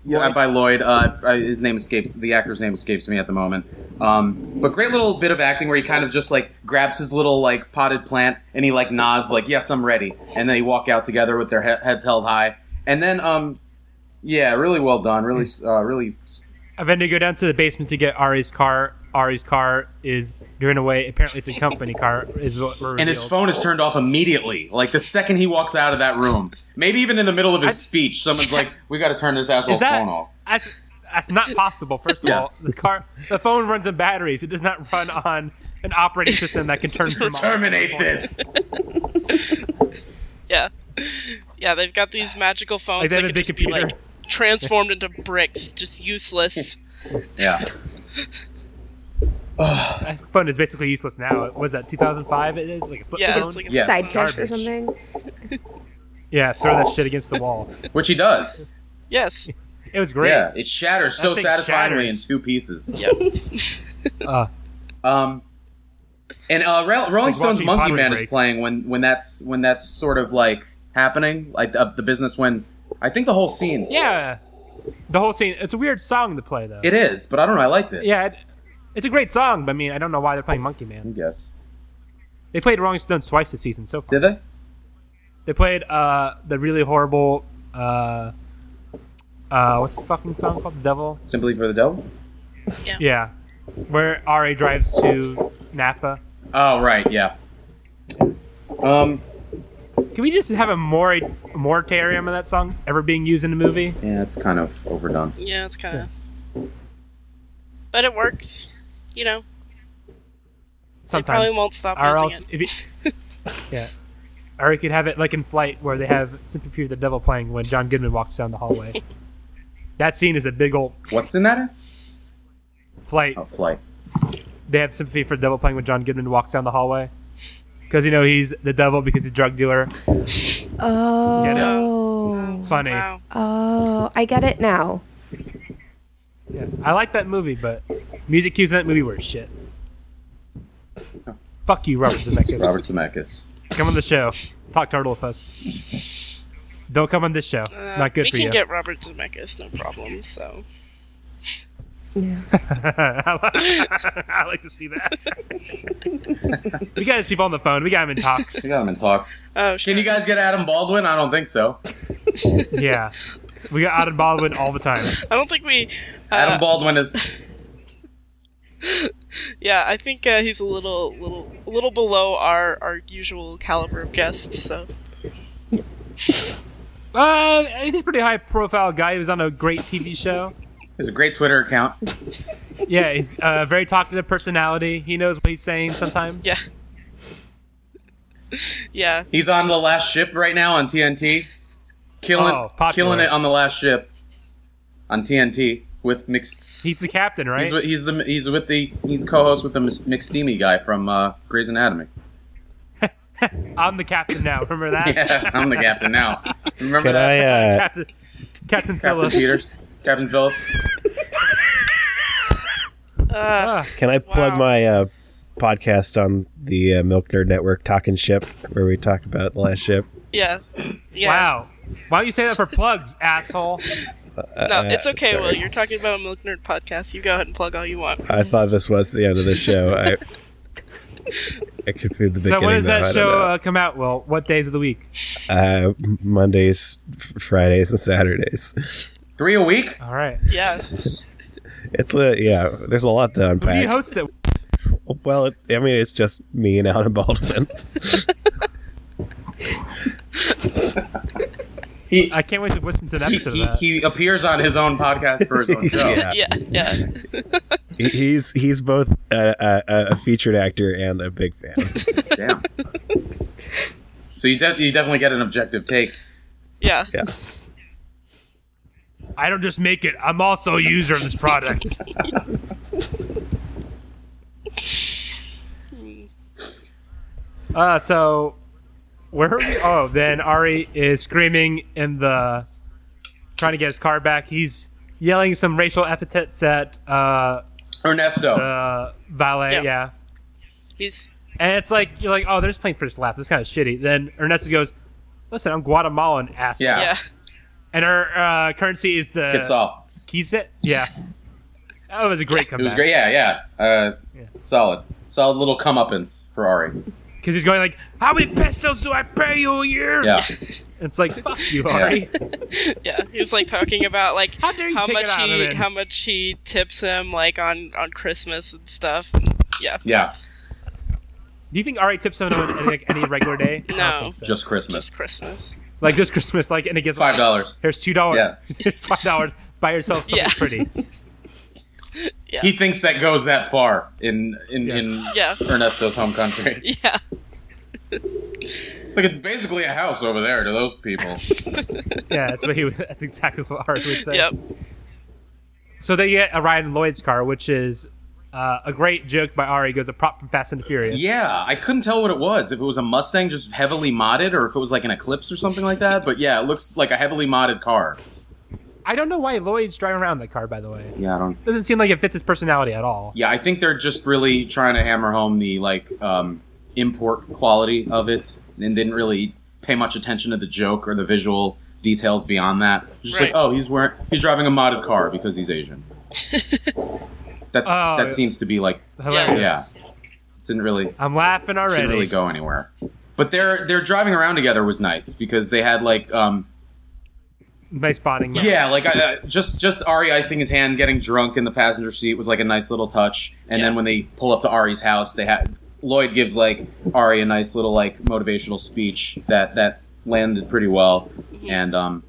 yeah, by Lloyd. Uh, I- his name escapes the actor's name escapes me at the moment. Um, but great little bit of acting where he kind of just like grabs his little like potted plant and he like nods like yes I'm ready, and then they walk out together with their he- heads held high, and then um, yeah, really well done, really uh, really I've had to go down to the basement to get Ari's car. Ari's car is driven away. Apparently, it's a company car. Is what we're and his revealed. phone is turned off immediately. Like the second he walks out of that room, maybe even in the middle of his speech, someone's like, "We got to turn this asshole's Is that phone off." that's that's not possible? First of Yeah. all, the car, the phone runs on batteries. It does not run on an operating system that can turn them off. Terminate this. Yeah. Yeah, they've got these magical phones they that have a can big just be computer. like transformed into bricks, just useless. yeah, That phone is basically useless now. What Was that 2005? It is like a flip Yeah, phone. it's like a Yeah. Side or Garbage. something. yeah, throw that shit against the wall. which he does. yes. It was great. Yeah, it shatters so thing satisfyingly shatters. in two pieces. Yep. Uh, Um, and uh, Ra- Rolling Like Stones watching Monkey pottery Man is break. playing when when that's when that's sort of like happening, like uh, the, the business when I think the whole scene. yeah. The whole scene. It's a weird song to play though. It is, but I don't know. I liked it. yeah, it, it's a great song, but I mean, I don't know why they're playing Monkey Man. I guess. They played Rolling Stones twice this season so far. Did they? They played uh the really horrible uh uh what's the fucking song called? The Devil. Simply for the devil. Yeah, where Ra drives to Napa. Oh right, yeah. Um. Can we just have a more moratorium of that song ever being used in a movie? Yeah, it's kind of overdone. Yeah, it's kind of. But it works. You know, Sometimes won't stop or using else, it. If you, yeah, or you could have it like in Flight, where they have "Sympathy for the Devil" playing when John Goodman walks down the hallway. that scene is a big old What's in that? flight. Oh, flight. They have "Sympathy for the Devil" playing when John Goodman walks down the hallway. because you know he's the devil because he's a drug dealer. Get it? Oh. Funny. Wow. Oh, I get it now. Yeah. I like that movie, but music cues in that movie were shit. Fuck you, Robert Zemeckis. Robert Zemeckis. Come on the show. Talk turtle with us. Don't come on this show. Uh, Not good we for can you. get Robert Zemeckis, no problem. So I like to see that. we got his people on the phone. We got him in talks. We got him in talks. oh, sure. Can you guys get Adam Baldwin? I don't think so. Yeah. We got Adam Baldwin all the time. I don't think we. Uh, Adam Baldwin is yeah, I think uh, he's a little, little, a little below our our usual caliber of guests. So Uh, he's a pretty high profile guy. He was on a great TV show. is a great Twitter account. Yeah, he's a very talkative personality. He knows what he's saying sometimes. yeah, yeah. He's on the last ship right now on TNT, killing Oh, popular. killing it on the last ship on TNT with mix. He's the captain, right? He's with, he's the he's with the he's co-host with the McSteamy guy from uh, Grey's Anatomy. I'm the captain now. Remember that? Yeah, I'm the captain now. Remember Can that? I uh, Captain, captain Captain Phillips. Peters, Captain Phillips. Ah, can I plug Wow. my uh, podcast on the uh, Milk Nerd Network, Talking Ship, where we talk about the last ship? Yeah. Yeah. Wow. Why don't you say that for plugs, asshole? No, it's uh, okay, sorry. Will. You're talking about a Milk Nerd podcast. You go ahead and plug all you want. I thought this was the end of the show. I I could be the beginning. So when does though, I that don't show know. uh, come out? Well, what days of the week? uh, Mondays, f- Fridays, and Saturdays. Three a week. All right. Yeah. It's a yeah. There's a lot to Who do you unpack. host it? Well, it, I mean, it's just me and Adam Baldwin. He I can't wait to listen to an he, episode of he, that. he appears on his own podcast for his own show. Yeah. Yeah. Yeah. He- he's he's both a, a, a featured actor and a big fan. Damn. So you de- you definitely get an objective take. Yeah. Yeah. I don't just make it. I'm also a user of this product. uh, so where are we? Oh, then Ari is screaming in the trying to get his car back. He's yelling some racial epithets at uh, Ernesto. uh, valet. Yeah. yeah. He's And it's like you're like, oh, they're just playing for this laugh. This kind of shitty. Then Ernesto goes, "Listen, I'm Guatemalan ass." Yeah. yeah. And our uh, currency is the Gets off. Keys it. Yeah. That was a great comeback. It was great. Yeah, yeah. Uh, Solid. Solid little comeuppance for Ari. Because he's going like, "How many pesos do I pay you a year?" Yeah. And it's like, "Fuck you, Ari." Yeah. He's like talking about like How dare you how take it much out of he him. how much he tips him like on on Christmas and stuff. Yeah. Yeah. Do you think Ari tips him on any, like, any regular day? I don't No. think so. Just Christmas. Just Christmas. like just Christmas, like, and he gets like, Five dollars. Here's two dollars. Yeah. Five dollars. Buy yourself something Yeah. pretty. He thinks that goes that far in in, in Yeah. Ernesto's home country. Yeah. It's like it's basically a house over there to those people. Yeah, that's what he. would- That's exactly what Ari would say. Yep. So they get a ride in Lloyd's car, which is uh, a great joke by Ari. Goes a prop from Fast and the Furious. Yeah, I couldn't tell what it was. If it was a Mustang just heavily modded, or if it was like an Eclipse or something like that. But yeah, it looks like a heavily modded car. I don't know why Lloyd's driving around in that car. By the way, Yeah, I don't. doesn't seem like it fits his personality at all. Yeah, I think they're just really trying to hammer home the like um, import quality of it, and didn't really pay much attention to the joke or the visual details beyond that. Just like, Right. oh, he's wearing, he's driving a modded car because he's Asian. That's Oh, that yeah. seems to be like Hilarious. yeah, didn't really I'm laughing already. didn't really go anywhere. But their their driving around together was nice because they had like um, Nice bonding. moment. yeah, like I, uh, just just Ari icing his hand, getting drunk in the passenger seat was like a nice little touch. And then Yeah. when they pull up to Ari's house, they had Lloyd gives like Ari a nice little like motivational speech that that landed pretty well. And um,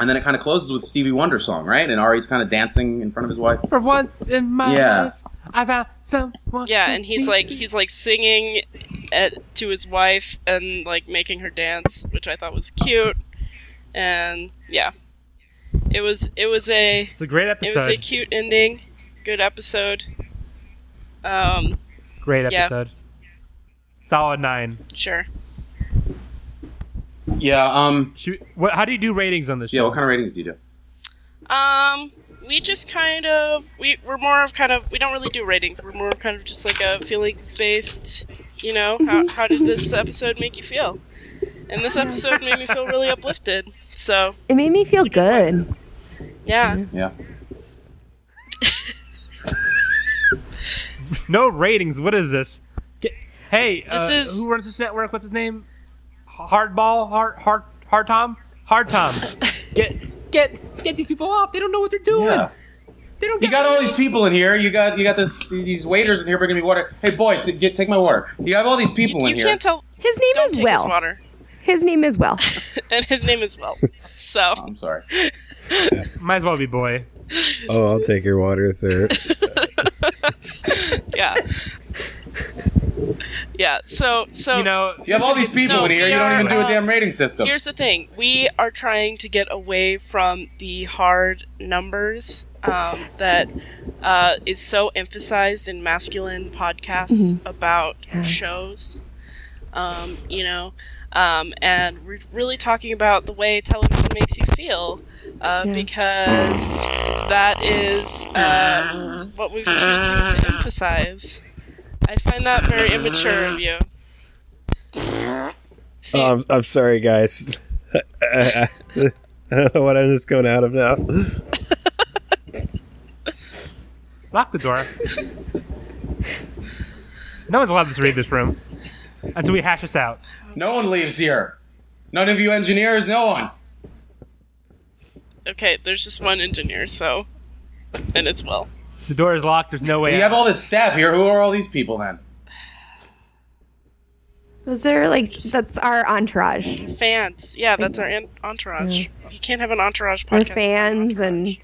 and then it kind of closes with Stevie Wonder song, right? And Ari's kind of dancing in front of his wife. For once in my Yeah. life, I've had someone. Yeah, and he's like he's like singing at, to his wife and like making her dance, which I thought was cute. And yeah. It was it was a It's a great it was episode. a cute ending. Good episode. Um great yeah. episode. Solid nine. Sure. Yeah. Um. Should, what, how do you do ratings on this show? Yeah. What kind of ratings do you do? Um, we just kind of we we're more of kind of we don't really do ratings. We're more kind of just like a feelings based. You know, how Mm-hmm. how did this episode make you feel? And this episode made me feel really uplifted. So It made me feel good. yeah, Yeah. No ratings. What is this? Get, hey, This uh, is- who runs this network? What's his name? Hardball, hard, hard, hard Tom, hard Tom. get, get, get these people off. They don't know what they're doing. Yeah. They don't. You Get got all these people in here. You got you got this these waiters in here bringing me water. Hey boy, t- get take my water. You have all these people you in here. can't tell. His name Don't is take his Will. water. His name is Will. And his name is Will. So Oh, I'm sorry. Might as well be boy. Oh, I'll take your water, sir. yeah, yeah. So so You know, You have all these people No, in here. we You don't are, even do a uh, damn rating system. Here's the thing: we are trying to get away from the hard numbers um, that uh, is so emphasized in masculine podcasts about shows. Um, you know, um, and we're really talking about the way television makes you feel, uh, because that is uh, what we're choosing to emphasize. I find that very immature of you. See, Oh, I'm, I'm sorry, guys. I don't know what I'm just going out of now. lock the door. no one's allowed to read this room until we hash this out. No one leaves here. None of you engineers. No one. Okay, there's just one engineer, so and it's Will. The door is locked. There's no way. You out. have all this staff here. Who are all these people then? Those are like that's our entourage. Fans, yeah, that's our en- entourage. You can't have an entourage Our podcast. fans and the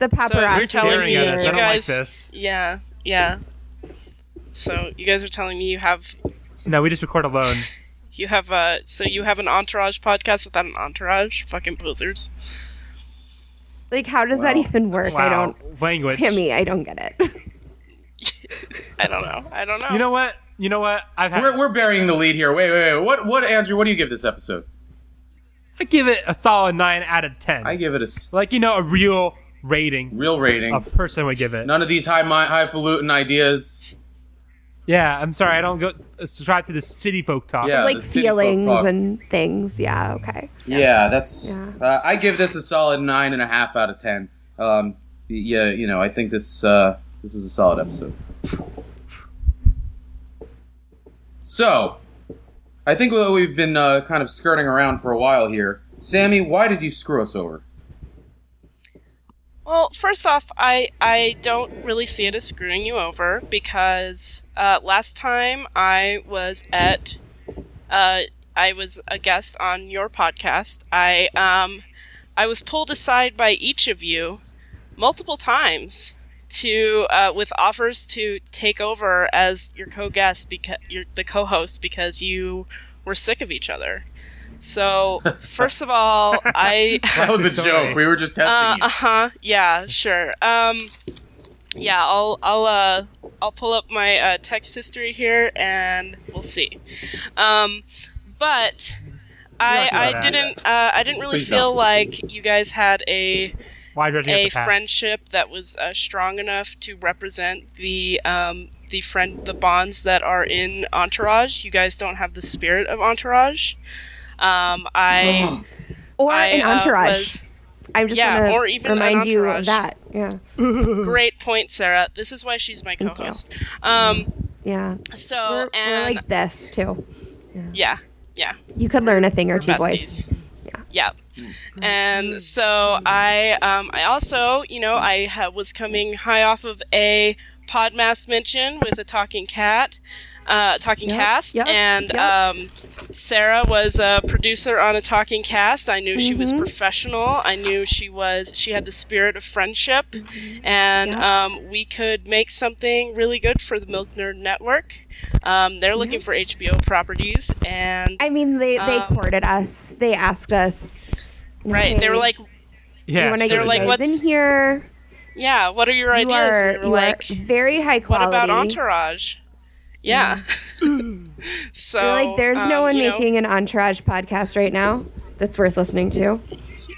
so paparazzi. you're telling me Staring you at us. I don't like guys, this. yeah, yeah. So you guys are telling me you have No, we just record alone. you have uh so you have an entourage podcast without an entourage? Fucking posers. like, how does that even work? I Wow. don't. Language. Tammy, I don't get it. I don't know. I don't know. You know what? You know what? I've had. We're, we're burying the lead here. Wait, wait, wait. What, what, Andrew? What do you give this episode? I give it a solid nine out of ten. I give it a s- like you know, a real rating real rating. a person would give it. None of these high mi- highfalutin ideas. Yeah, I'm sorry, I don't go uh, subscribe to the city folk talk. Yeah, like the city folk feelings talk. and things. Yeah. Okay. Yeah, that's. Yeah. Uh, I give this a solid nine and a half out of ten. Um, y- yeah, you know, I think this uh, this is a solid episode. So, I think what we've been uh, kind of skirting around for a while here. Sammy, why did you screw us over? Well, first off, I I don't really see it as screwing you over because uh, last time I was at uh, I was a guest on your podcast. I um I was pulled aside by each of you multiple times to uh, with offers to take over as your co-guest because your the co-host because you were sick of each other. So first of all, I. That was a story. joke. We were just testing. Uh huh. Yeah. Sure. Um. Yeah. I'll I'll uh I'll pull up my uh, text history here and we'll see. Um. But I don't have to I add didn't uh, I didn't really Please feel don't. like you guys had a Why judging at a the past? friendship that was uh, strong enough to represent the um, the friend the bonds that are in Entourage. You guys don't have the spirit of Entourage. Um, I Or I, an uh, entourage. was- I just yeah, want to or even an remind you entourage. of that. Yeah. great point, Sarah. This is why she's my Thank you. co-host. Um, Yeah. so We're, we're Oh, and like this too. yeah, yeah, You could learn a thing or two, boys. besties. Yeah. And so I, um, I also, you know, I ha- was coming high off of a Podmas mention with a talking cat, uh, talking Yep, cast, yep, and yep. um, Sarah was a producer on a talking cast. I knew she was Mm-hmm. professional. I knew she was she had the spirit of friendship, Mm-hmm. and Yep. um, we could make something really good for the Milk Nerd Network. Um, they're looking for HBO properties, and Mm-hmm. I mean, they they Um, courted us. They asked us. right, they were "Hey, like, Yeah, we want to sure. get you like, guys what's- in here. Yeah, what are your You ideas? are, and we were you like, are very high what quality. about Entourage? Yeah. So You're Mm. like, there's no um, one you know- making an entourage podcast right now that's worth listening to.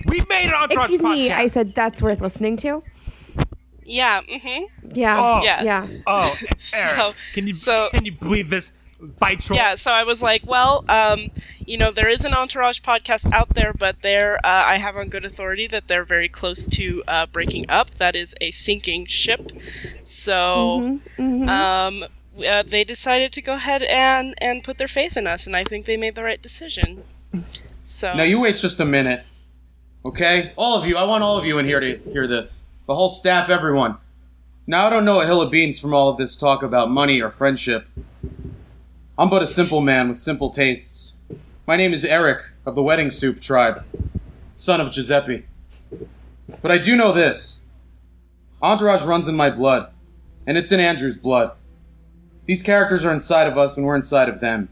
We made it on Excuse me, I said that's worth listening to. Yeah. hmm Yeah. Oh. Yeah. Yeah. Oh, So- Eric, can you so- can you believe this? By troll. Yeah, so I was like, well, um, you know, there is an Entourage podcast out there, but they're, uh, I have on good authority that they're very close to uh, breaking up. That is a sinking ship. So Mm-hmm, um, w- uh, they decided to go ahead and, and put their faith in us, and I think they made the right decision. So, Now you wait just a minute, okay? All of you, I want all of you in here to hear this. The whole staff, everyone. Now I don't know a hill of beans from all of this talk about money or friendship. I'm but a simple man with simple tastes. My name is Eric of the Wedding Soup Tribe, son of Giuseppe. But I do know this Entourage runs in my blood, and it's in Andrew's blood. These characters are inside of us, and we're inside of them,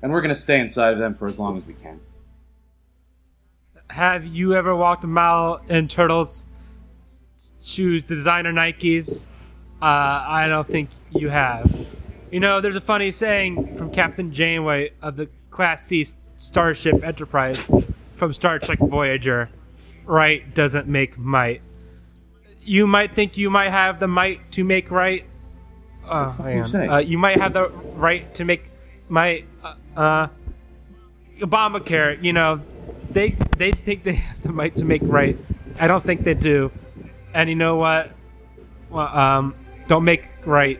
and we're gonna stay inside of them for as long as we can. Have you ever walked a mile in turtles shoes, designer Nikes? Uh, I don't think you have. You know, there's a funny saying from Captain Janeway of the Class C Starship Enterprise from Star Trek Voyager: "Right doesn't make might." You might think you might have the might to make right. Oh, fuck hang you on. saying? Uh, you might have the right to make my uh, uh, Obamacare. You know, they they think they have the right to make right. I don't think they do. And you know what? Well, um, don't make right.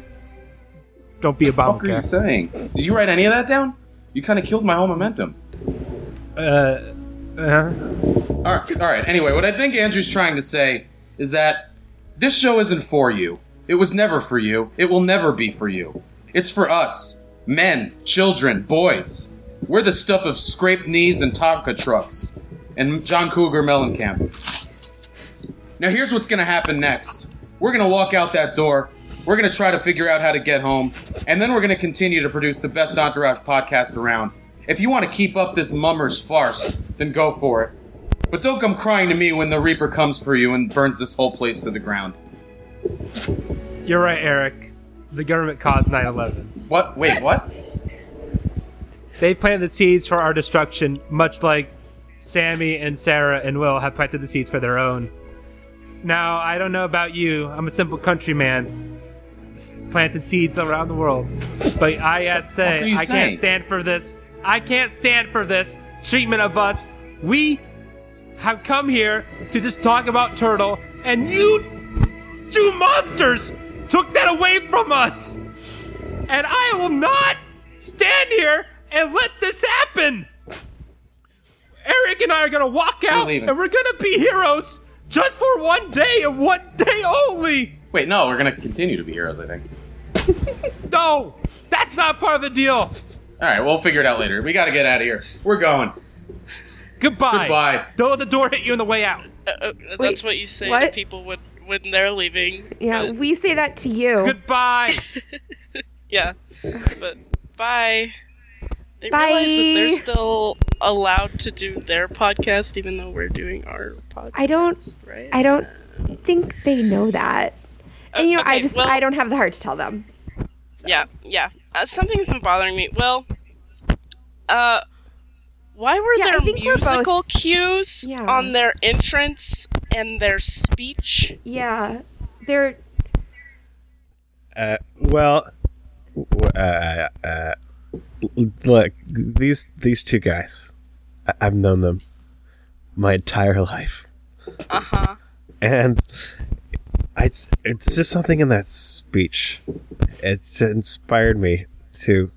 Don't be fuck are you Obamacare. saying? Did you write any of that down? You kind of killed my whole momentum. Uh, uh, All right, all right. Anyway, what I think Andrew's trying to say is that this show isn't for you. It was never for you. It will never be for you. It's for us, men, children, boys. We're the stuff of scraped knees and Tonka trucks, and John Cougar Mellencamp. Now here's what's gonna happen next. We're gonna walk out that door. We're gonna try to figure out how to get home, and then we're gonna continue to produce the best entourage podcast around. If you want to keep up this mummer's farce, then go for it. But don't come crying to me when the Reaper comes for you and burns this whole place to the ground. you're right, Eric. The government caused 9/11. What? Wait, what? They planted the seeds for our destruction, much like Sammy and Sarah and Will have planted the seeds for their own. Now, I don't know about you. I'm a simple countryman, s- planted seeds around the world. But I gotta What are say, you I saying? can't stand for this. I can't stand for this treatment of us. We have come here to just talk about Turtle, and you two monsters took that away from us. And I will not stand here and let this happen. Eric and I are gonna walk out, leaving. and we're gonna be heroes just for one day and one day only. Wait, no, we're gonna continue to be heroes, I think. No, that's not part of the deal. Alright, we'll figure it out later. We gotta get out of here. We're going. Goodbye. Goodbye. Don't let the door hit you on the way out. uh, uh, that's Wait, what you say to what? people when, when they're leaving. Yeah. We say that to you. Goodbye. Yeah. But bye. They Bye. realize that they're still allowed to do their podcast even though we're doing our podcast. I don't. right? I don't think they know that. And you know, I Uh, okay, just well- I don't have the heart to tell them. Yeah, yeah. Uh, something's been bothering me. Well, uh, why were Yeah, I there think we're both- musical cues Yeah. on their entrance and their speech? Yeah. They're Uh, well, w- uh, uh, l- look, these these two guys, I- I've known them my entire life. Uh-huh. Uh huh. And I, it's just something in that speech. It's inspired me to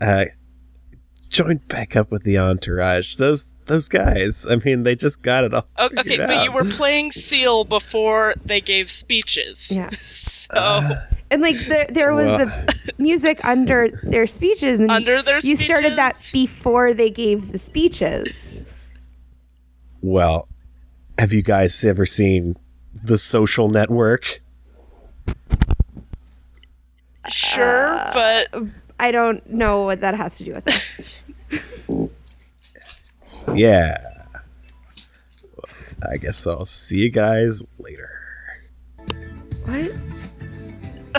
uh, join back up with the entourage. Those those guys. I mean, they just got it all. Oh, okay, figured but out. you were playing Seal before they gave speeches. Yeah. So and like there there was Well- the music under their speeches and Under their you started that speeches? before they gave the speeches. Well, have you guys ever seen The Social Network? sure, Uh, but I don't know what that has to do with this. Yeah. I guess I'll see you guys later. what?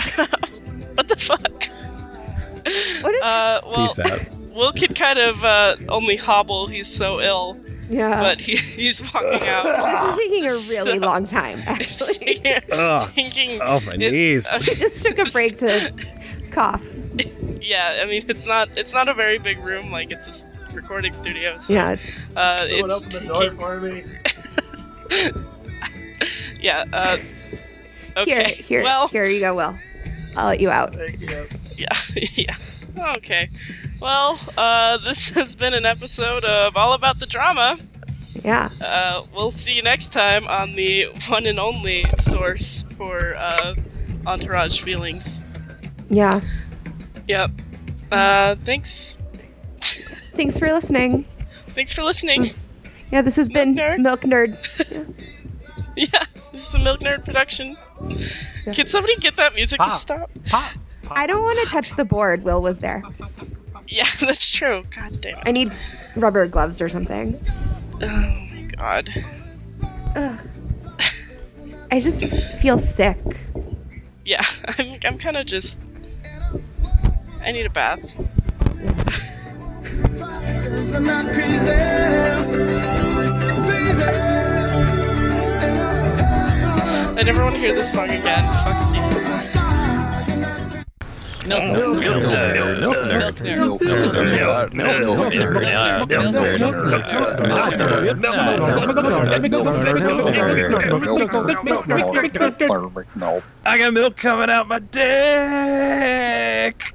what the fuck? What is Uh, well, Peace out. Will can kind of uh, only hobble. He's so ill, Yeah. but he, he's walking out. this is taking a really So- long time, actually. Ugh. thinking, Oh my knees. I just took a break to cough. yeah, I mean it's not it's not a very big room. Like it's a s- recording studio. So, Yeah. it's- uh, it's taking- for me. yeah. Uh, Here, okay. here, well, here you go, Will. I'll let you out. yeah, yeah. Okay. Well, uh, this has been an episode of All About the Drama. Yeah. Uh, we'll see you next time on the one and only source for uh, entourage feelings. Yeah. Yep. Uh, thanks. Thanks for listening. Thanks for listening. Yeah, this has been Nerd. Milk Nerd. yeah, this is a Milk Nerd production. Can somebody get that music to Ah. stop? Pop. I don't want to touch the board. Will was there. Yeah, that's true. God damn it. I need rubber gloves or something. Oh my god. I just feel sick. Yeah, I'm, I'm kind of just. I need a bath. I'm not crazy, I never want to hear this song again. Fuck you. I got milk coming out my dick.